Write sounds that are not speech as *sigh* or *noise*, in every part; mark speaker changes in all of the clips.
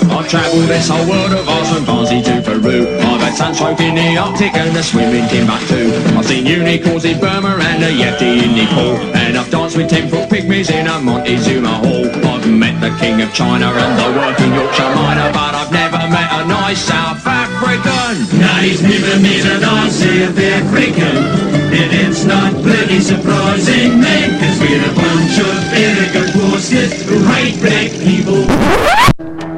Speaker 1: through this whole world of ours from Barnsley to Peru. I've had sunstroke in the Arctic and a swim in Timbuktu. I've seen unicorns in Burma and a yeti in Nepal. And I've danced with ten-foot pygmies in a Montezuma hall. I've met the king of China and the working Yorkshire miner, but I've never met a nice South African.
Speaker 2: Now he's never made an answer of African. And it's not bloody surprising, man, because we're a bunch of arrogant horses who hate black people.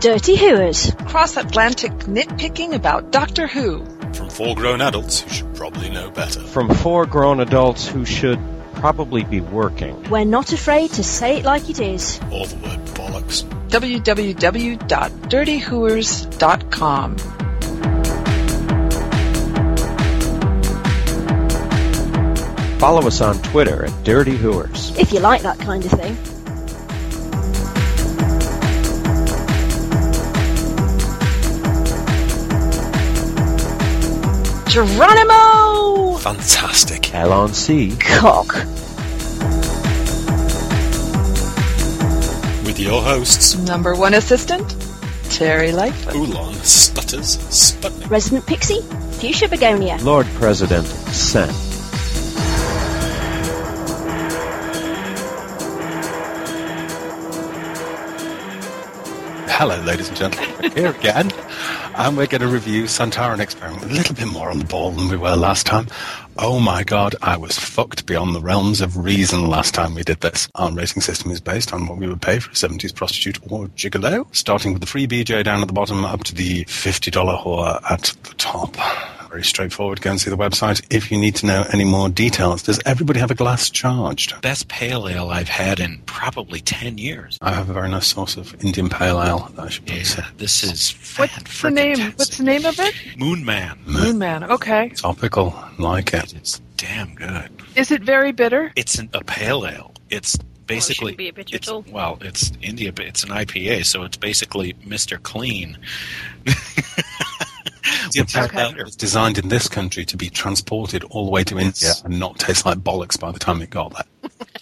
Speaker 3: Dirty Hooers.
Speaker 4: Cross Atlantic nitpicking about Doctor Who.
Speaker 5: From four grown adults who should probably know better.
Speaker 6: from four grown adults who should probably be working.
Speaker 3: We're not afraid to say it like it is.
Speaker 5: Or the word bollocks.
Speaker 4: www.dirtyhooers.com.
Speaker 6: Follow us on Twitter at Dirty Hooers.
Speaker 3: If you like that kind of thing.
Speaker 4: Geronimo!
Speaker 5: Fantastic.
Speaker 6: Alon C.
Speaker 3: Cock.
Speaker 5: With your hosts,
Speaker 4: Number one assistant, Terry Lightfoot.
Speaker 5: Oolon Stutters Sputnik.
Speaker 3: Resident Pixie. Fuchsia Begonia.
Speaker 6: Lord President Sen.
Speaker 7: Hello, ladies and gentlemen. We're here again, and we're going to review Santaran Experiment. A little bit more on the ball than we were last time. Oh my god, I was fucked beyond the realms of reason last time we did this. Our rating system is based on what we would pay for a 70s prostitute or gigolo, starting with the free BJ down at the bottom up to the $50 whore at the top. Very straightforward. Go and see the website if you need to know any more details. Does everybody have a glass charged?
Speaker 8: Best pale ale I've had in probably 10 years.
Speaker 7: I have a very nice source of Indian pale ale. that I should probably say.
Speaker 8: Yeah, this is fat
Speaker 4: What's the name? What's the name of it?
Speaker 8: Moon Man.
Speaker 4: Moon Man. Okay.
Speaker 7: Topical, like it.
Speaker 8: It's damn good.
Speaker 4: Is it very bitter?
Speaker 8: It's an, a pale ale. It's basically
Speaker 9: shouldn't be a bitch at
Speaker 8: it's,
Speaker 9: all.
Speaker 8: well, it's India, but it's an IPA, so it's basically Mister Clean. Which is
Speaker 7: Okay.
Speaker 8: better.
Speaker 7: It's designed in this country to be transported all the way to India and not taste like bollocks by the time it got there.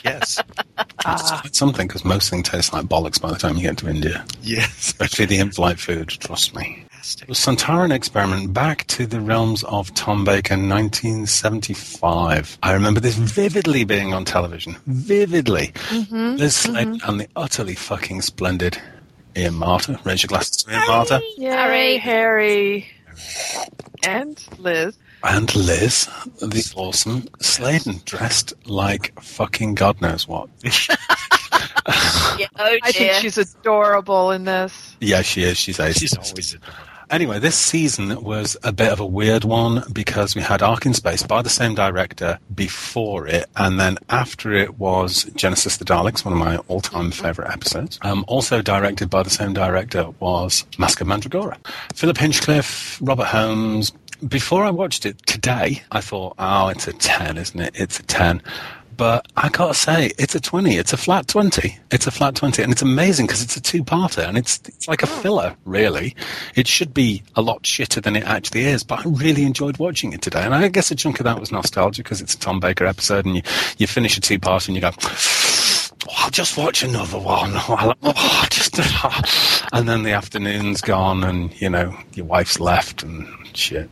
Speaker 8: Yes,
Speaker 7: It's quite something because most things taste like bollocks by the time you get to India,
Speaker 8: yes,
Speaker 7: especially the in-flight food. Trust me.
Speaker 8: fantastic.
Speaker 7: The Santaran experiment back to the realms of Tom Baker, 1975. I remember this vividly being on television, vividly. This led and the utterly fucking splendid Ian Marta. Raise your glasses to Ian Marta
Speaker 4: Yay, Harry. And Liz.
Speaker 7: and Liz, the awesome Sladen, dressed like fucking God knows what.
Speaker 9: Yeah, oh
Speaker 4: I think
Speaker 9: dear.
Speaker 4: she's adorable in this.
Speaker 7: yeah, she is. She's ace.
Speaker 8: She's always adorable.
Speaker 7: Anyway, this season was a bit of a weird one because we had Ark in Space by the same director before it, and then after it was Genesis the Daleks, one of my all time favourite episodes. Um, also directed by the same director was Mask of Mandragora. Philip Hinchcliffe, Robert Holmes. Before I watched it today, I thought, oh, it's a 10, isn't it? It's a 10. But I gotta say, it's a 20. It's a flat 20. It's a flat 20. And it's amazing because it's a two parter and it's, it's like a filler, really. It should be a lot shitter than it actually is, but I really enjoyed watching it today. And I guess a chunk of that was nostalgia because it's a Tom Baker episode and you, you finish a two parter and you go, "Oh, I'll just watch another one. *laughs* Oh, I'll- oh, I'll just, *laughs* and then the afternoon's gone and, you know, your wife's left and shit.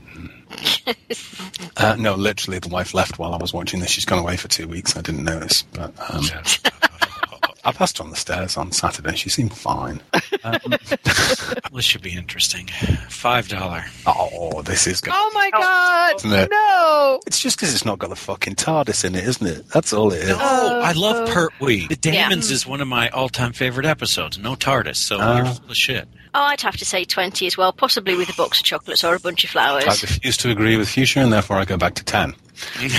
Speaker 7: Uh, *laughs* no, literally, the wife left while I was watching this. She's gone away for two weeks. I didn't notice, but um, *laughs* I passed her on the stairs on Saturday. She seemed fine.
Speaker 8: This should be interesting. Five dollar.
Speaker 7: Oh, this is good.
Speaker 4: Oh my god!
Speaker 7: Isn't it?
Speaker 4: No!
Speaker 7: It's just because it's not got the fucking TARDIS in it, isn't it? That's all it is.
Speaker 8: Oh, I love Pertwee. The
Speaker 9: Yeah.
Speaker 8: Damons is one of my all-time favorite episodes. No TARDIS, so you're full of shit.
Speaker 9: Oh, I'd have to say 20 as well, possibly with a box of chocolates or a bunch of
Speaker 7: I
Speaker 9: flowers.
Speaker 7: refuse to agree with Fuchsia, and therefore I go back to ten.
Speaker 9: *laughs* You've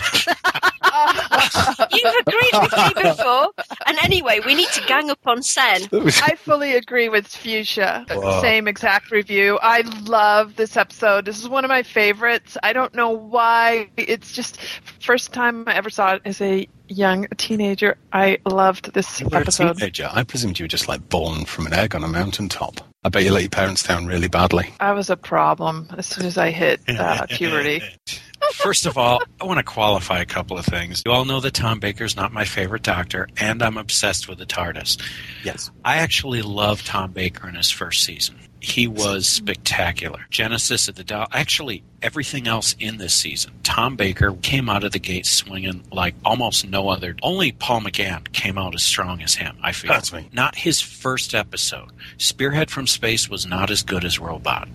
Speaker 9: agreed with me before. And anyway, we need to gang up on Sen.
Speaker 7: *laughs*
Speaker 10: I fully agree with Fuchsia.
Speaker 7: Wow.
Speaker 10: Same exact review. I love this episode. This is one of my favorites. I don't know why. It's just first time I ever saw it as a young teenager. I loved this
Speaker 7: You were a
Speaker 10: episode.
Speaker 7: teenager. I presumed you were just like born from an egg on a mountaintop. I bet you let your parents down really badly.
Speaker 10: I was a problem as soon as I hit uh, puberty.
Speaker 8: *laughs* First of all, I want to qualify a couple of things. You all know that Tom Baker's not my favorite doctor, and I'm obsessed with the TARDIS.
Speaker 7: Yes.
Speaker 8: I actually love Tom Baker in his first season. He was spectacular. Genesis of the Doll. Actually, everything else in this season. Tom Baker came out of the gate swinging like almost no other. Only Paul McGann came out as strong as him, I feel.
Speaker 7: That's me.
Speaker 8: Not his first episode. Spearhead from Space was not as good as Robot.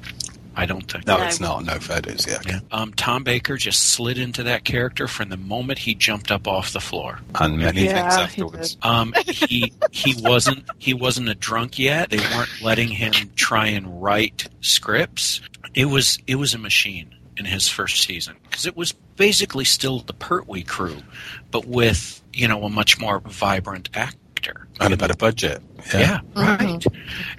Speaker 8: I don't think.
Speaker 7: No,
Speaker 9: No.
Speaker 7: it's not. No fair dues. Yeah.
Speaker 8: Yeah. Um, Tom Baker just slid into that character from the moment he jumped up off the floor.
Speaker 7: And many
Speaker 10: Yeah,
Speaker 7: things
Speaker 10: he
Speaker 7: afterwards.
Speaker 8: Um, he he wasn't he wasn't a drunk yet. They weren't letting him try and write scripts. It was it was a machine in his first season because it was basically still the Pertwee crew, but with you know a much more vibrant actor.
Speaker 7: And a better budget.
Speaker 8: yeah,
Speaker 7: Yeah.
Speaker 8: right.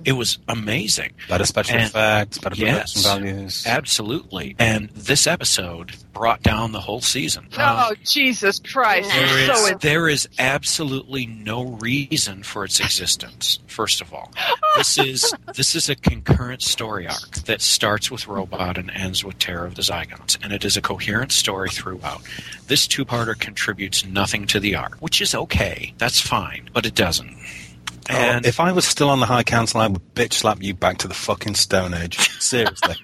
Speaker 8: It was amazing.
Speaker 7: Better special
Speaker 8: And-
Speaker 7: effects, better
Speaker 8: Yes.
Speaker 7: production values.
Speaker 8: Absolutely. And this episode brought down the whole season.
Speaker 7: Um,
Speaker 10: Oh, Jesus Christ.
Speaker 8: There
Speaker 10: You're so
Speaker 8: is,
Speaker 10: in-
Speaker 8: there is absolutely no reason for its existence. First of all, this is this is a concurrent story arc that starts with Robot and ends with Terror of the Zygons, and it is a coherent story throughout. This two-parter contributes nothing to the arc, which is okay. That's fine, but it doesn't.
Speaker 7: Oh,
Speaker 8: And
Speaker 7: if I was still on the High Council, I would bitch slap you back to the fucking Stone Age.
Speaker 8: *laughs*
Speaker 7: Seriously.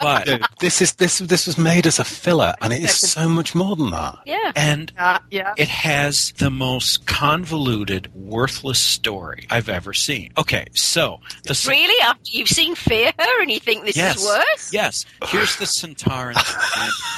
Speaker 8: but
Speaker 7: Dude, this is this this was made as a filler, and it is so much more than that.
Speaker 9: Yeah.
Speaker 8: and
Speaker 10: yeah, yeah.
Speaker 8: It has the most convoluted, worthless story I've ever seen. Okay, so the cen-
Speaker 9: Really? After you've seen Fear Her and you think this
Speaker 8: Yes.
Speaker 9: is worse?
Speaker 8: yes, here's
Speaker 9: *sighs*
Speaker 8: the Centaurans'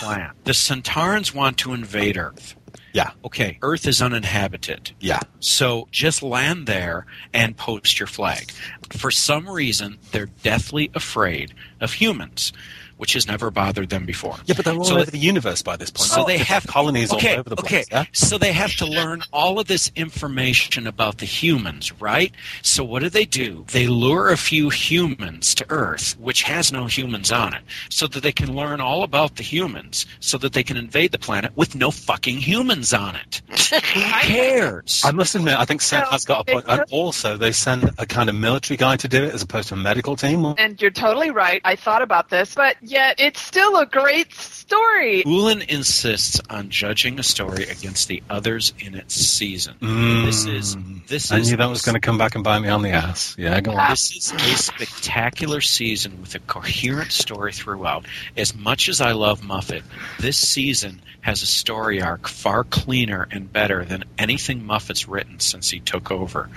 Speaker 8: plan. The Centaurans want to invade Earth.
Speaker 7: Yeah.
Speaker 8: Okay, Earth is uninhabited.
Speaker 7: Yeah.
Speaker 8: So just land there and post your flag. For some reason, they're deathly afraid of humans, which has never bothered them before.
Speaker 7: Yeah, but they're all
Speaker 8: So-
Speaker 7: over the universe by this point.
Speaker 8: So
Speaker 7: All
Speaker 8: they
Speaker 7: different
Speaker 8: have-
Speaker 7: colonies
Speaker 8: okay,
Speaker 7: all over the
Speaker 8: okay.
Speaker 7: place. Yeah?
Speaker 8: So they have to learn all of this information about the humans, right? So what do they do? They lure a few humans to Earth, which has no humans on it, so that they can learn all about the humans, so that they can invade the planet with no fucking humans on it. Who cares?
Speaker 7: I must admit, I think Seth
Speaker 10: So
Speaker 7: has got a point.
Speaker 10: they
Speaker 7: And
Speaker 10: took-
Speaker 7: also, they send a kind of military guy to do it as opposed to a medical team.
Speaker 10: And you're totally right. I thought about this, but yet it's still a great story.
Speaker 8: Ulan insists on judging a story against the others in its season.
Speaker 7: Mm.
Speaker 8: This is this
Speaker 7: I
Speaker 8: is
Speaker 7: knew that was going to come back and bite me on the ass. Yeah, go on.
Speaker 8: This is a spectacular season with a coherent story throughout. As much as I love Muffet, this season has a story arc far cleaner and better than anything Muffet's written since he took over,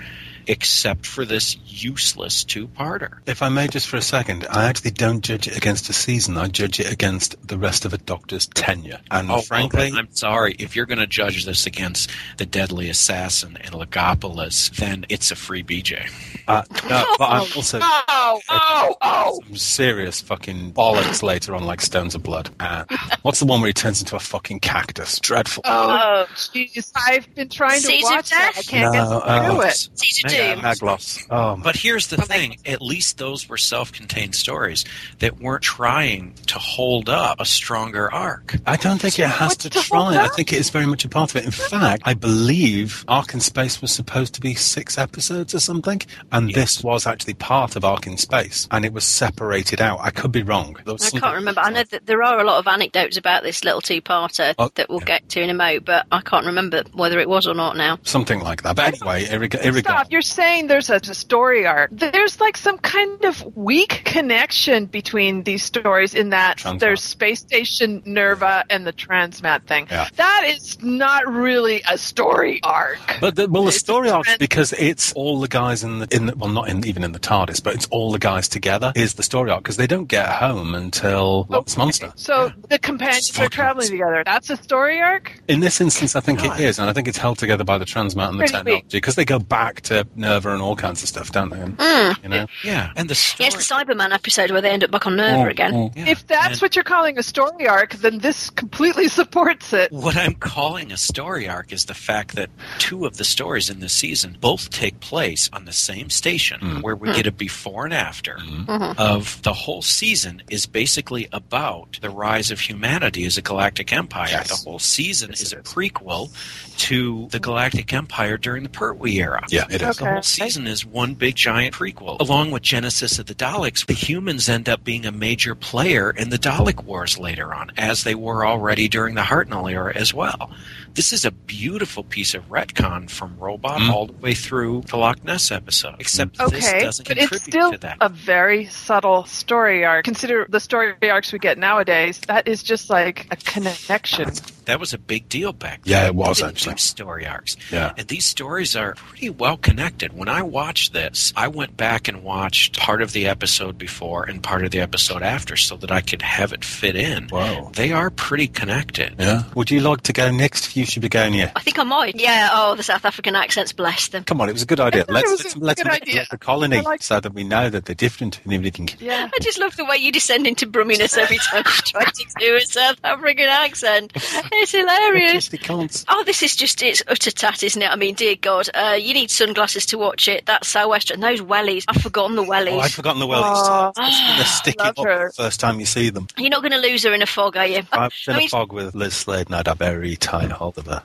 Speaker 8: except for this useless two parter.
Speaker 7: If I may, just for a second, I actually don't judge it against a season. I judge it against the rest of a doctor's tenure. And frankly,
Speaker 8: Oh, I'm sorry. If you're going to judge this against the Deadly Assassin and Legopolis, then it's a free BJ.
Speaker 7: uh, no, but I'm also
Speaker 10: Oh, oh, oh.
Speaker 7: some serious fucking bollocks later on, like Stones of Blood. Uh, what's the one where he turns into a fucking cactus? Dreadful.
Speaker 10: Oh,
Speaker 9: Oh.
Speaker 10: jeez. I've been trying to
Speaker 9: Season
Speaker 10: watch that. I
Speaker 9: Death?
Speaker 10: can't
Speaker 7: No,
Speaker 10: get through
Speaker 7: uh,
Speaker 10: it.
Speaker 9: Season
Speaker 7: Yeah,
Speaker 9: Doom.
Speaker 7: Magloss. Oh, my-
Speaker 8: But here's the thing at least those were self contained stories that weren't trying to hold up a stronger arc.
Speaker 7: I don't think it has
Speaker 10: What's
Speaker 7: to
Speaker 10: the
Speaker 7: try.
Speaker 10: whole
Speaker 7: I think it is very much a part of it. In fact, I believe Ark in Space was supposed to be six episodes or something, and this was actually part of Ark in Space, and it was separated out. I could be wrong. There was
Speaker 9: I
Speaker 7: something-
Speaker 9: can't remember. I know that there are a lot of anecdotes about this little two-parter
Speaker 7: Oh,
Speaker 9: that we'll
Speaker 7: yeah.
Speaker 9: get to in a mo, but I can't remember whether it was or not now.
Speaker 7: Something like that. But anyway, irreg-
Speaker 10: Stop.
Speaker 7: irregardless.
Speaker 10: You're saying there's a, a story arc. There's like some kind of weak connection between these stories in that
Speaker 7: Transmat.
Speaker 10: there's Space Station Nerva and the Transmat thing.
Speaker 7: Yeah.
Speaker 10: That is not really a story arc.
Speaker 7: But the, well, the
Speaker 10: It's a
Speaker 7: story dogs
Speaker 10: friends.
Speaker 7: because it's all the guys in the in the, well, not in even in the TARDIS, but it's all the guys together is the story arc because they don't get home until
Speaker 9: Oh,
Speaker 7: Lock's Monster.
Speaker 10: So the companions are
Speaker 7: Fuck.
Speaker 10: traveling together. That's a story arc.
Speaker 7: In this instance, I think it is, and I think it's held together by the transmat and
Speaker 10: Pretty
Speaker 7: the
Speaker 10: sweet.
Speaker 7: technology because they go back to Nerva and all kinds of stuff, don't they? And,
Speaker 3: Mm.
Speaker 7: You know,
Speaker 8: Yeah, and the story.
Speaker 3: Yes, the Cyberman episode where they end up back on Nerva
Speaker 7: Mm,
Speaker 3: again.
Speaker 7: mm.
Speaker 8: Yeah,
Speaker 10: If that's
Speaker 8: and-
Speaker 10: what you're calling a story arc, then this completely *laughs* supports it.
Speaker 8: What I'm calling a story arc is the fact that two of the stories in this season both take place on the same station
Speaker 7: Mm.
Speaker 8: where we get a before and after
Speaker 7: Mm-hmm.
Speaker 10: Uh-huh.
Speaker 8: of the whole season is basically about the rise of humanity as a galactic empire.
Speaker 7: Yes.
Speaker 8: The whole season
Speaker 7: Yes,
Speaker 8: is
Speaker 7: it
Speaker 8: a prequel to the galactic empire during the Pertwee era.
Speaker 7: Yeah, it is.
Speaker 8: The whole season is one big giant prequel. Along with Genesis of the Daleks, the humans end up being a major player in the Dalek Wars later on, as they were already during the Hartnell era as well. This is a beautiful piece of retcon from Robot
Speaker 7: Mm.
Speaker 8: all the way through the Loch Ness episode. Except this
Speaker 10: Mm-hmm. Okay,
Speaker 8: doesn't
Speaker 10: but
Speaker 8: contribute
Speaker 10: it's still
Speaker 8: to that.
Speaker 10: a very subtle story arc. Consider the story arcs we get nowadays. That is just like a connection.
Speaker 8: that was a big deal back then.
Speaker 7: Yeah, it was,
Speaker 8: They didn't
Speaker 7: actually.
Speaker 8: do Story arcs.
Speaker 7: Yeah.
Speaker 8: And these stories are pretty well connected. When I watched this, I went back and watched part of the episode before and part of the episode after so that I could have it fit in.
Speaker 7: Wow.
Speaker 8: They are pretty connected.
Speaker 7: Yeah. Would you like to go next, Fuchsia Begonia?
Speaker 3: I think I might. Yeah, oh, the South African accents, bless them.
Speaker 7: Come on, it was a good idea.
Speaker 10: thought it
Speaker 7: Let's
Speaker 10: was
Speaker 7: let's,
Speaker 10: a
Speaker 7: let's
Speaker 10: good
Speaker 7: make
Speaker 10: idea.
Speaker 7: it a colony
Speaker 10: I like-
Speaker 7: so that we know that they're different and everything.
Speaker 10: Yeah.
Speaker 3: I just love the way you descend into brumminess every time you try to do a South African accent. It's hilarious.
Speaker 7: They can't.
Speaker 3: Oh, this is just, it's utter tat, isn't it? I mean, dear God, uh, you need sunglasses to watch it. That's so Western. Those wellies, I've forgotten the
Speaker 7: Oh, I'd
Speaker 3: wellies.
Speaker 7: forgotten the wellies.
Speaker 10: Oh, *gasps*
Speaker 7: They're sticking
Speaker 10: love
Speaker 7: up
Speaker 10: her. Uh,
Speaker 7: the first time you see them.
Speaker 3: You're not going to lose her in a fog, are you?
Speaker 7: I was in
Speaker 3: I
Speaker 7: a
Speaker 3: mean-
Speaker 7: fog with Liz Slade and I had a very tight hold of her.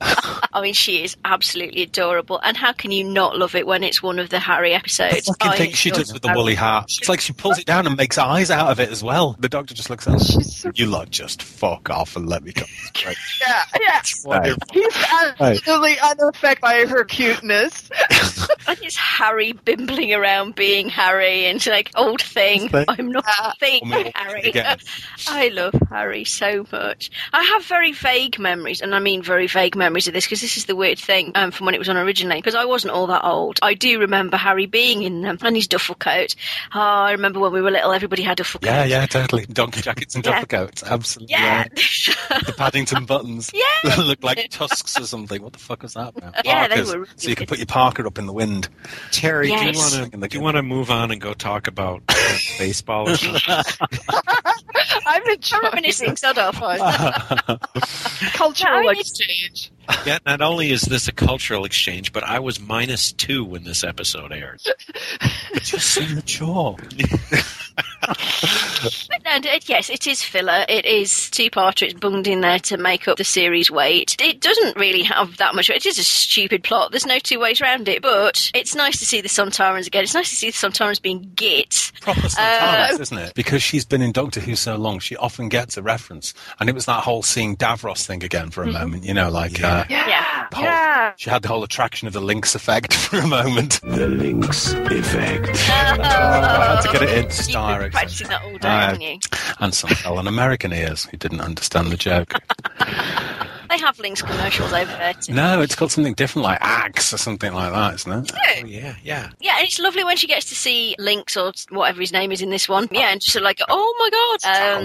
Speaker 3: I mean, she is absolutely adorable. And how can you not love it when it's one of the Harry
Speaker 7: I
Speaker 3: episodes?
Speaker 7: fucking
Speaker 3: I
Speaker 7: think she
Speaker 3: adore
Speaker 7: does with the woolly hat. It's like she pulls it down and makes eyes out of it as well. The doctor just looks at her.
Speaker 10: she's so,
Speaker 7: You lot just fuck off and let me
Speaker 3: *laughs*
Speaker 7: go. Right.
Speaker 10: yeah,
Speaker 8: *laughs*
Speaker 10: yeah. He's absolutely unaffected by her cuteness.
Speaker 3: And it's Harry bimbling around being Harry and like old thing.
Speaker 7: Thing.
Speaker 3: I'm not a thing,
Speaker 7: Or maybe
Speaker 3: Harry.
Speaker 7: again.
Speaker 3: I love Harry so much. I have very vague memories, and I mean very vague memories of this because this is the weird thing um, from when it was on originally. Because I wasn't all that old. I do remember Harry being in them and his duffel coat. Oh, I remember when we were little, everybody had duffel coats.
Speaker 7: Yeah, yeah, totally. Donkey jackets and
Speaker 3: Yeah.
Speaker 7: duffel coats. Absolutely.
Speaker 3: Yeah. *laughs*
Speaker 7: The Paddington buttons.
Speaker 3: Yeah.
Speaker 7: that look like tusks or something. What the fuck was that? Man?
Speaker 3: Yeah, they
Speaker 7: Parkers.
Speaker 3: were really
Speaker 7: So you can
Speaker 3: good.
Speaker 7: put your Parker up in the wind.
Speaker 8: Terry,
Speaker 3: do you Yes.
Speaker 7: wanna-
Speaker 8: do you want to move on and go
Speaker 7: *laughs*
Speaker 8: talk about baseball or something?
Speaker 10: I'm
Speaker 3: I'm
Speaker 10: enjoying
Speaker 3: reminiscing, sod off.
Speaker 10: cultural
Speaker 3: Yeah, I just-
Speaker 10: exchange.
Speaker 8: Yeah, not only is this a cultural exchange, but I was minus two when this episode aired.
Speaker 7: Just so mature.
Speaker 3: And it, yes, it is filler. It is two-parter. It's bunged in there to make up the series weight. It doesn't really have that much. It is a stupid plot. There's no two ways around it. But it's nice to see the Sontarans again. It's nice to see the Sontarans being git.
Speaker 7: Proper Sontarans, isn't it? Because she's been in Doctor Who so long, she often gets a reference. And it was that whole seeing Davros thing again for a moment, you know, like uh,
Speaker 10: Yeah.
Speaker 3: Yeah.
Speaker 7: the whole-
Speaker 10: Yeah.
Speaker 7: she had the whole attraction of the Lynx effect *laughs* for a moment.
Speaker 2: The Lynx Effect.
Speaker 7: I had to get it in
Speaker 3: You've
Speaker 7: star accent.
Speaker 3: been practicing that all day,
Speaker 7: I-
Speaker 3: haven't you?
Speaker 7: and some fell on American ears who didn't understand the joke.
Speaker 3: They have links commercials over there too.
Speaker 7: no, it's called something different, like Axe or something like that, isn't it?
Speaker 8: Oh, yeah, yeah.
Speaker 3: Yeah, and it's lovely when she gets to see Links or whatever his name is in this one. Yeah, and just sort of like, oh my god. Um,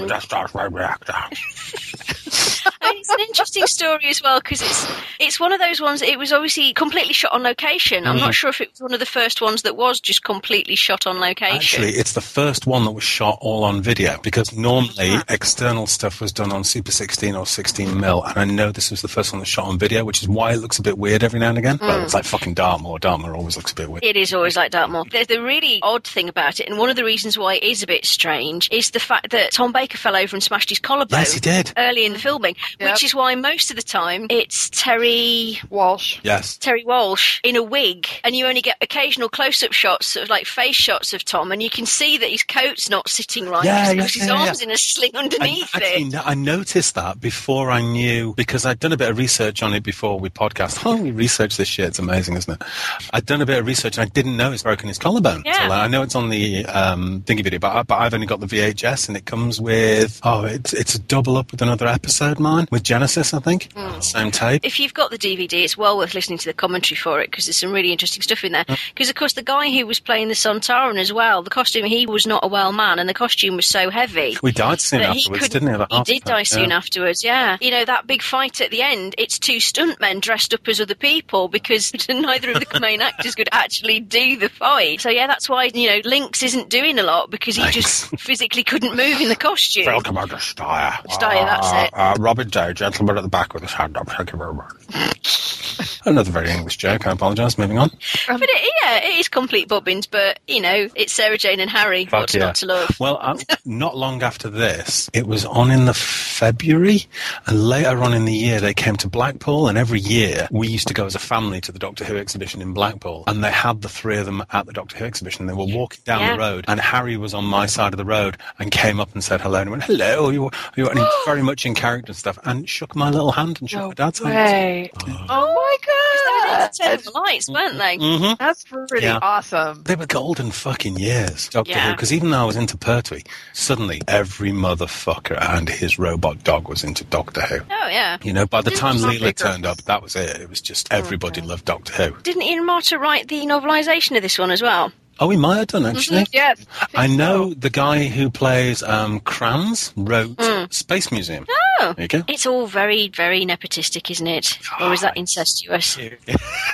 Speaker 3: I mean, it's an interesting story as well because it's it's one of those ones. It was obviously completely shot on location.
Speaker 7: Mm-hmm.
Speaker 3: I'm not sure if it was one of the first ones that was just completely shot on location.
Speaker 7: Actually, it's the first one that was shot all on video because normally external stuff was done on Super 16 or 16 mil, and I know this was the first one that shot on video, which is why it looks a bit weird every now and again. Well, it's like fucking Dartmoor. Dartmoor always looks a bit weird.
Speaker 3: It is always like Dartmoor. The, the really odd thing about it, and one of the reasons why it is a bit strange, is the fact that Tom Baker fell over and smashed his collarbone
Speaker 7: Yes, he did.
Speaker 3: early in the filming,
Speaker 10: Yep.
Speaker 3: which is why most of the time it's Terry
Speaker 10: Walsh.
Speaker 7: Yes.
Speaker 3: Terry Walsh in a wig, and you only get occasional close-up shots of like face shots of Tom, and you can see that his coat's not sitting right
Speaker 7: Yeah,
Speaker 3: because
Speaker 7: yeah,
Speaker 3: his
Speaker 7: yeah, yeah.
Speaker 3: arms in a sling
Speaker 7: And
Speaker 3: underneath
Speaker 7: actually,
Speaker 3: it.
Speaker 7: no- I noticed that before I knew because I'd done a bit of research on it before we podcast. *laughs* Oh, we research this shit. It's amazing, isn't it? I'd done a bit of research and I didn't know it's broken his collarbone.
Speaker 3: Yeah.
Speaker 7: Till I know it's on the um, thingy video, but, I, but I've only got the VHS and it comes with oh, it's it's a double up with another episode, mine with Genesis Genesis, I think.
Speaker 3: Hmm.
Speaker 7: Same tape.
Speaker 3: If you've got the DVD, it's well worth listening to the commentary for it because there's some really interesting stuff in there. Because of course, the guy who was playing the Sontaran as well, the costume he was not a well man, and the costume was so heavy.
Speaker 7: We died soon
Speaker 3: that
Speaker 7: afterwards,
Speaker 3: couldn't-
Speaker 7: didn't we? Of a
Speaker 3: He
Speaker 7: heart
Speaker 3: did
Speaker 7: attack,
Speaker 3: die soon
Speaker 7: yeah.
Speaker 3: afterwards. Yeah, you know that big fight at the end. It's two stuntmen dressed up as other people because *laughs* neither of
Speaker 7: *laughs*
Speaker 3: the main actors could actually do the fight. So yeah, that's why you know Lynx isn't doing a lot because he just
Speaker 7: *laughs*
Speaker 3: physically couldn't move in the costume.
Speaker 7: Welcome, Mr. Steyer.
Speaker 3: Steyer, that's
Speaker 7: Uh,
Speaker 3: it.
Speaker 7: Uh, Robert Day, gentleman at the back with his hand up. Thank you very much. *laughs* Another very English joke. I apologise. Moving on.
Speaker 3: but it, yeah, it is complete bobbins, but you know, it's Sarah Jane and Harry.
Speaker 7: Fuck
Speaker 3: What's
Speaker 7: yeah.
Speaker 3: not to love?
Speaker 7: *laughs* Well, um, not long after this, it was on in the February, and later on in the year they came to Blackpool. And every year we used to go as a family to the Doctor Who exhibition in Blackpool, and they had the three of them at the Doctor Who exhibition. They were walking down
Speaker 3: Yeah.
Speaker 7: the road, and Harry was on my side of the road and came up and said hello and went hello. Are you, are you and he was very much in character and stuff, and shook my little hand and shook my dad's hand.
Speaker 10: Way. Oh my
Speaker 3: Turn
Speaker 10: god.
Speaker 3: on the lights, weren't they?
Speaker 7: hmm
Speaker 10: That's pretty
Speaker 7: Yeah.
Speaker 10: awesome.
Speaker 7: They were golden fucking years, Doctor Who,
Speaker 3: Yeah.
Speaker 7: 'cause because even though I was into Pertwee, suddenly every motherfucker and his robot dog was into Doctor Who.
Speaker 3: Oh yeah.
Speaker 7: You know, by the
Speaker 3: Didn't
Speaker 7: time
Speaker 3: Mark
Speaker 7: Leela
Speaker 3: Baker-
Speaker 7: turned up, that was it. It was just everybody loved Doctor Who.
Speaker 3: Didn't Ian Marta write the novelisation of this one as well?
Speaker 7: Oh, he might have done, actually.
Speaker 10: Yes.
Speaker 7: I know the guy who plays um, Kranz wrote Space Museum.
Speaker 3: Oh.
Speaker 7: There you go. *laughs*
Speaker 3: It's all very, very nepotistic, isn't it? Or is that incestuous?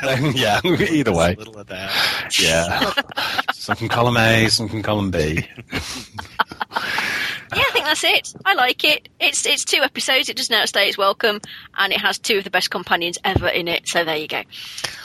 Speaker 7: Um, yeah, either way.
Speaker 8: A little of that.
Speaker 7: Yeah. some from column A, some from column B.
Speaker 3: Yeah, I think that's it. I like it. It's it's two episodes. It doesn't outstay its welcome, and it has two of the best companions ever in it. So there you go.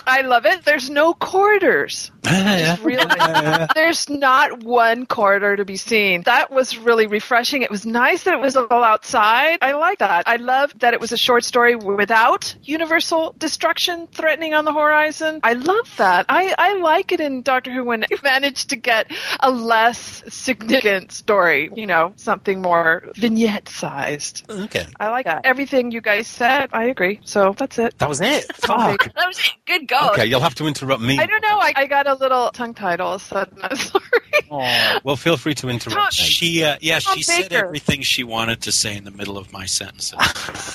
Speaker 10: I love it. There's no quarters.
Speaker 7: Yeah, yeah.
Speaker 10: Really. There's not one corridor to be seen. That was really refreshing. It was nice that it was all outside. I like that. I love that it was a short story without universal destruction threatening on the horizon. I love that. I, I like it in Doctor Who when *laughs* you managed to get a less significant story, you know, something more vignette sized.
Speaker 7: Okay.
Speaker 10: I like that. Everything you guys said, I agree. So that's it.
Speaker 7: That was it. Fuck.
Speaker 3: That was it. Good God.
Speaker 7: Okay, you'll have to interrupt me.
Speaker 10: I don't know. I, I got a little tongue tied all of a sudden. *laughs* I'm sorry.
Speaker 7: Aw, Oh, Well, feel free to interrupt. me.
Speaker 8: She, uh, yeah,
Speaker 10: Tom
Speaker 8: she said
Speaker 10: Baker.
Speaker 8: everything she wanted to say in the middle of my sentences.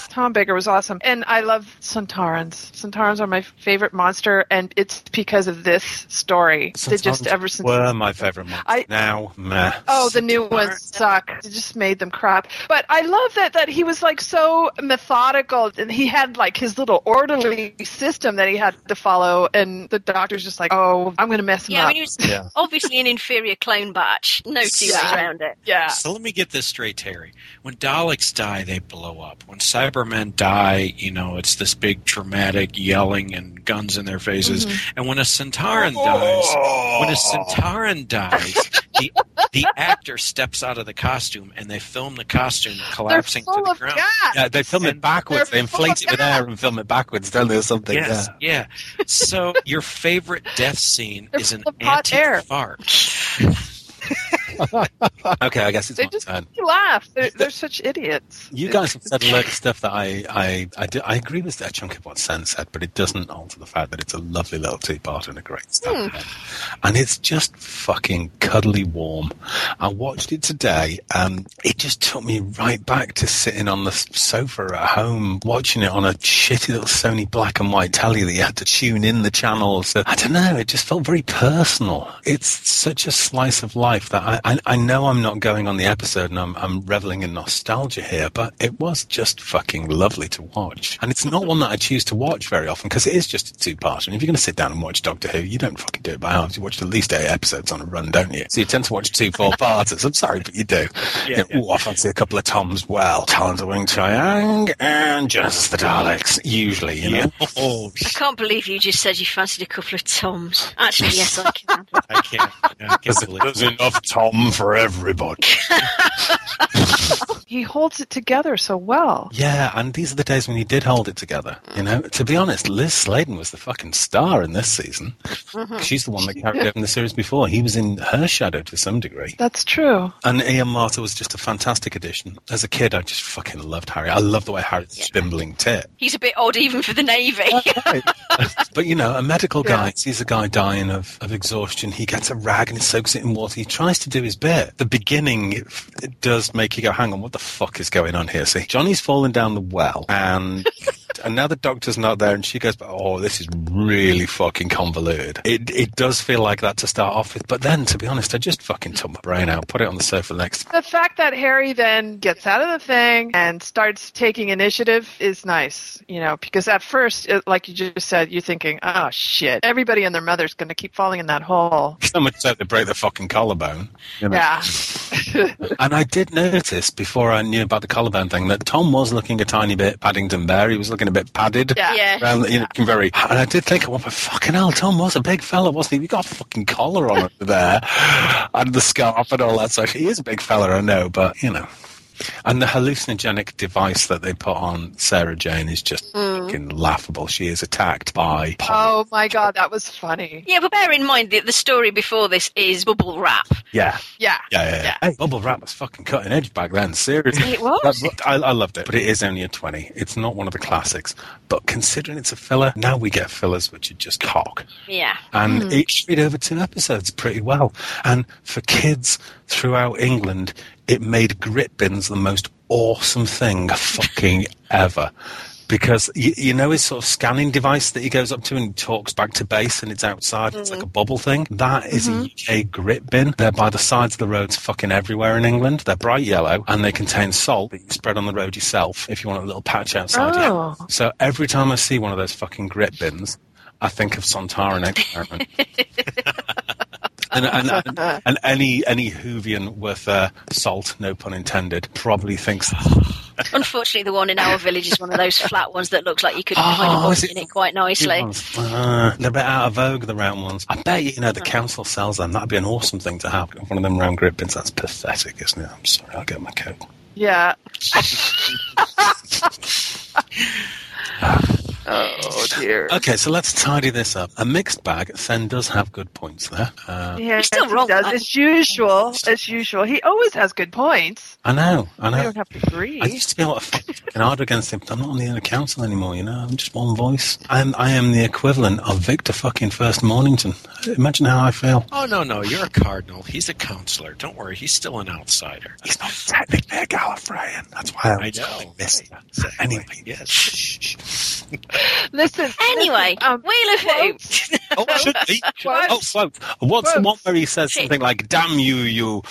Speaker 10: Tom Baker was awesome. And I love Suntarans. Suntarans are my favorite monster, and it's because of this story.
Speaker 7: Sometimes
Speaker 10: they just ever since.
Speaker 7: were my favorite monster.
Speaker 10: I-
Speaker 7: now, meh.
Speaker 10: Oh, the new ones suck. It just made them crap. But I love that that he was like so methodical, and he had like his little orderly system that he had to follow. And the doctor's just like, "Oh, I'm gonna mess him
Speaker 3: Yeah,
Speaker 10: up."
Speaker 3: I mean, it was obviously an inferior clone batch. No two
Speaker 10: Yeah.
Speaker 3: ways around it.
Speaker 10: yeah,
Speaker 8: So let me get this straight, Terry. When Daleks die, they blow up. When Cybermen die, you know, it's this big dramatic yelling and guns in their faces.
Speaker 10: Mm-hmm.
Speaker 8: And when a Centauran dies, when a Centauran dies, the, the actor steps out of the costume and they film the costume
Speaker 10: they're
Speaker 8: collapsing to
Speaker 10: full
Speaker 8: the
Speaker 10: of
Speaker 8: ground.
Speaker 10: gas.
Speaker 7: Yeah, they film it backwards.
Speaker 10: They're
Speaker 7: They inflate it with air and film it backwards, don't they, or something?
Speaker 8: Yes, yeah. So your favorite death scene
Speaker 10: They're
Speaker 8: is an
Speaker 10: full of hot
Speaker 8: anti
Speaker 10: air.
Speaker 8: fart.
Speaker 7: Yeah. Okay, I guess it's
Speaker 10: They
Speaker 7: my
Speaker 10: just
Speaker 7: turn.
Speaker 10: laugh. They're, they're such idiots.
Speaker 7: You guys have said a load of stuff that I I, I, do, I agree with a chunk of what Sen said, but it doesn't alter the fact that it's a lovely little two-part and a great start. And it's just fucking cuddly warm. I watched it today, and it just took me right back to sitting on the s- sofa at home watching it on a shitty little Sony black and white telly that you had to tune in the channels. So, I don't know. It just felt very personal. It's such a slice of life that I, I, I know I'm not going on the episode and I'm, I'm reveling in nostalgia here, but it was just fucking lovely to watch. And it's not one that I choose to watch very often because it is just a two-part. And if you're going to sit down and watch Doctor Who, you don't fucking do it by halves. You watch at least eight episodes on a run, don't you? So you tend to watch two four-parters. I'm sorry, but you
Speaker 8: *laughs*
Speaker 7: do. You know, Ooh, I fancy a couple of Toms. Well, Talons of Wing Chiang and Genesis of the Daleks, usually, you know.
Speaker 8: Oh,
Speaker 3: I can't believe you just said you fancied a couple of toms. Actually, yes, I can.
Speaker 8: I can't. I can't believe it.
Speaker 7: enough Tom for everybody.
Speaker 10: He holds it together so well.
Speaker 7: Yeah, and these are the days when he did hold it together. You know, to be honest, Liz Sladen was the fucking star in this season. She's the one that carried over in the series before. He was in her shadow to some degree.
Speaker 10: That's true.
Speaker 7: And Ian Marta was just a fantastic addition. As a kid, I just fucking loved Harry. I love the way Harry's bimbling tit.
Speaker 3: He's a bit odd even for the Navy.
Speaker 7: But you know, a medical
Speaker 10: Yeah.
Speaker 7: guy sees a guy dying of, of exhaustion. He gets a rag and soaks it in water. He tries to do his bit. The beginning it, f- it does make you go, hang on, what the fuck is going on here? See, Johnny's fallen down the well, and and now the doctor's not there, and she goes, oh, this is really fucking convoluted. It it does feel like that to start off with, but then to be honest, I just fucking took my brain out, put it on the sofa next.
Speaker 10: The fact that Harry then gets out of the thing and starts taking initiative is nice, you know, because at first, it, like you just said, you're thinking, oh shit, everybody and their mother's going to keep falling in that hole.
Speaker 7: *laughs* So much so they break their fucking collarbone. you know?
Speaker 10: Yeah.
Speaker 7: *laughs* and I did notice before I knew about the collarbone thing that Tom was looking a tiny bit Paddington Bear. He was looking a bit padded.
Speaker 10: Yeah.
Speaker 3: *laughs* Yeah.
Speaker 7: Around, the- you know, looking very. And I did think, well, but fucking hell, Tom was a big fella, wasn't he? We got a fucking collar on over there, *laughs* and the scarf and all that. So he is a big fella, I know, but you know. And the hallucinogenic device that they put on Sarah Jane is just
Speaker 10: Mm.
Speaker 7: fucking laughable. She is attacked by.
Speaker 10: Oh my god, that was funny.
Speaker 3: Yeah, but bear in mind that the story before this is bubble wrap.
Speaker 10: Oh,
Speaker 7: Yeah.
Speaker 10: Yeah.
Speaker 7: Yeah, yeah, yeah. Hey, bubble wrap was fucking cutting edge back then. Seriously,
Speaker 3: It was.
Speaker 7: That- I, I loved it, but it is only a twenty. It's not one of the classics. But considering it's a filler, now we get fillers which are just cock,
Speaker 3: Yeah.
Speaker 7: and it carried over two episodes pretty well. And for kids throughout England, it made grit bins the most awesome thing fucking ever. Because you, you know his sort of scanning device that he goes up to and talks back to base, and it's outside. It's like a bubble thing. That is a UK grit bin. They're by the sides of the roads, fucking everywhere in England. They're bright yellow and they contain salt that you spread on the road yourself if you want a little patch outside. your
Speaker 10: Oh.
Speaker 7: house. So every time I see one of those fucking grit bins, I think of Sontaran experiment. And, and, and, and any any Hoovian with uh, salt, no pun intended, probably thinks, "Oh,
Speaker 3: Unfortunately, the one in our village is one of those flat ones that looks like you could hide a
Speaker 7: Oh, is
Speaker 3: box
Speaker 7: it-
Speaker 3: in it quite nicely.
Speaker 7: Uh, they're a bit out of vogue, the round ones. I bet you know the council sells them. That'd be an awesome thing to have. One of them round grip bins. That's pathetic, isn't it? I'm sorry, I'll get my coat.
Speaker 10: Yeah.
Speaker 7: *laughs*
Speaker 10: *laughs* Oh,
Speaker 7: Okay, so let's tidy this up. A mixed bag then does have good points there. Uh,
Speaker 10: Yeah,
Speaker 3: still wrong,
Speaker 10: Does.
Speaker 3: though.
Speaker 10: As usual, as usual. He always has good points.
Speaker 7: I know, I
Speaker 10: I
Speaker 7: know.
Speaker 10: don't have to agree.
Speaker 7: I used to be able to fucking argue against him, but I'm not on the inner council anymore, you know? I'm just one voice. I'm, I am the equivalent of Victor fucking First Mornington. Imagine how I feel.
Speaker 8: Oh no, no, you're a cardinal. He's a counselor. Don't worry, he's still an outsider.
Speaker 7: He's not technically a Gallifreyan. That's why
Speaker 8: I
Speaker 7: I,
Speaker 8: know.
Speaker 7: missed
Speaker 8: Right.
Speaker 7: that. So anyway,
Speaker 8: Yes.
Speaker 10: Listen.
Speaker 3: Anyway,
Speaker 10: listen, um,
Speaker 3: Wheel of Who. *laughs*
Speaker 7: oh, I should *laughs* be. Oh, quote. What's the one where he says something like, "Damn you, you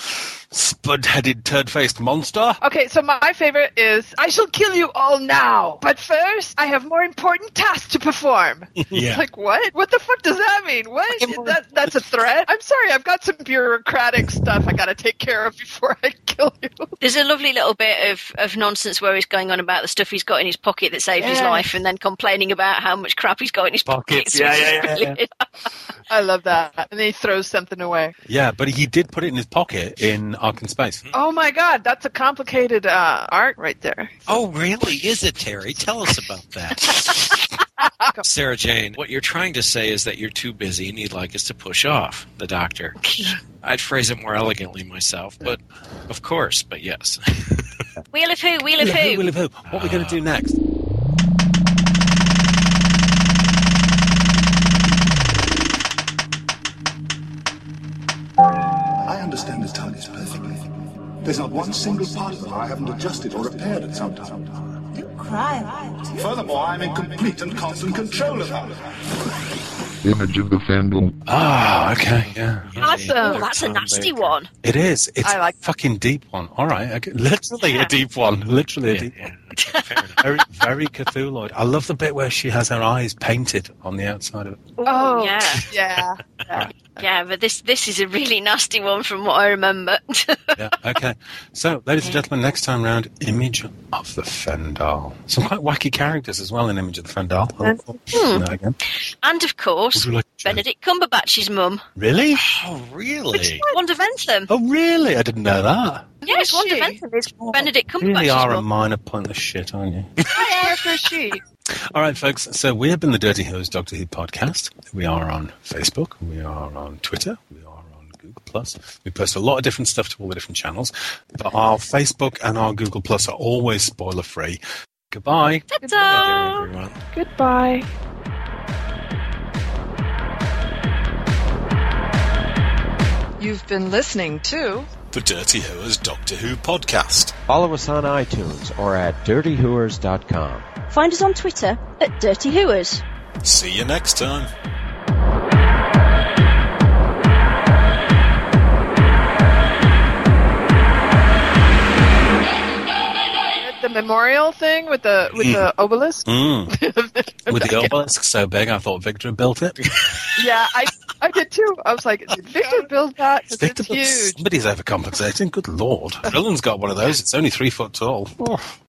Speaker 7: spud-headed, turd-faced monster"?
Speaker 10: Okay, so my favorite is I shall kill you all now, but first I have more important tasks to perform.
Speaker 7: *laughs* *laughs* Yeah.
Speaker 10: Like what? What the fuck does that mean? What? Is That, that's a threat? I'm sorry, I've got some bureaucratic stuff I gotta take care of before I *laughs* kill you.
Speaker 3: There's a lovely little bit of, of nonsense where he's going on about the stuff he's got in his pocket that saved his
Speaker 10: Yeah.
Speaker 3: life and then complaining about how much crap he's got in his
Speaker 7: Pockets.
Speaker 3: pockets.
Speaker 7: Yeah,
Speaker 3: which is
Speaker 7: yeah, yeah, yeah.
Speaker 3: brilliant.
Speaker 10: I love that. And then he throws something away.
Speaker 7: Yeah, but he did put it in his pocket in Ark and Space.
Speaker 10: Oh my god, that's a complicated uh, arc right there.
Speaker 8: Oh, really? Is it Terry? Tell us about that. Sarah Jane, what you're trying to say is that you're too busy and you'd like us to push off the doctor. I'd phrase it more elegantly myself, but of course, but yes.
Speaker 3: Wheel of Who, Wheel of
Speaker 7: Who,
Speaker 3: Who.
Speaker 7: Will of who? What are we going to do next?
Speaker 2: I understand his targets perfectly. There's not one single part of them I haven't adjusted or repaired at some time. Furthermore, I'm in complete and constant control of her.
Speaker 1: Image of the fandom.
Speaker 7: Ah, okay, yeah.
Speaker 3: Oh,
Speaker 10: Awesome.
Speaker 3: *laughs* that's a
Speaker 8: Tom
Speaker 3: nasty
Speaker 8: Baker.
Speaker 3: one.
Speaker 7: It is. It's
Speaker 10: I like-
Speaker 7: a fucking deep one. All right, okay. *laughs* literally a deep one. Literally a
Speaker 8: *laughs* Yeah,
Speaker 7: deep one.
Speaker 8: yeah. Okay, fair enough.
Speaker 7: Very, very Cthulhuid. I love the bit where she has her eyes painted on the outside of it.
Speaker 10: Oh
Speaker 3: yeah.
Speaker 10: yeah. yeah.
Speaker 3: Yeah, but this this is a really nasty one from what I remember. *laughs*
Speaker 7: yeah. Okay. So, ladies and gentlemen, next time round, Image of the Fendal. Some quite wacky characters as well in Image of the Fendal. Oh, I'll-
Speaker 10: Hmm.
Speaker 7: I'll- no, again.
Speaker 3: and of course,
Speaker 7: Would you like to-
Speaker 3: Benedict Cumberbatch's mum,
Speaker 7: Really?
Speaker 8: Oh, really?
Speaker 3: Wanda Ventham.
Speaker 7: Oh, really? I didn't know that.
Speaker 3: yes,
Speaker 10: is
Speaker 3: Wanda
Speaker 10: she?
Speaker 3: Ventham is Benedict
Speaker 7: You really
Speaker 3: Cumberbatch's
Speaker 7: Oh, are a
Speaker 3: mum.
Speaker 7: minor point of shit, aren't you?
Speaker 10: Which character is she?
Speaker 7: All right, folks. So we have been the Dirty Who's Doctor Who podcast. We are on Facebook. We are on Twitter. We are on Google Plus. We post a lot of different stuff to all the different channels, but our Facebook and our Google Plus are always spoiler free. Goodbye.
Speaker 3: Ta-ta!
Speaker 8: Everyone.
Speaker 10: Goodbye.
Speaker 4: You've been listening to
Speaker 5: the Dirty Whoers Doctor Who podcast.
Speaker 6: Follow us on iTunes or at dirtywhoers.com.
Speaker 11: Find us on Twitter at Dirty Whoers.
Speaker 5: See you next time.
Speaker 10: The memorial thing with the with the obelisk.
Speaker 7: Mm. *laughs* with the obelisk so big, I thought Victor built it. *laughs*
Speaker 10: Yeah, I I did too. I was like, did Victor build that? 'Cause
Speaker 7: Victor
Speaker 10: it's huge.
Speaker 7: somebody's overcompensating. Good lord, Dylan's got one of those. It's only three foot tall.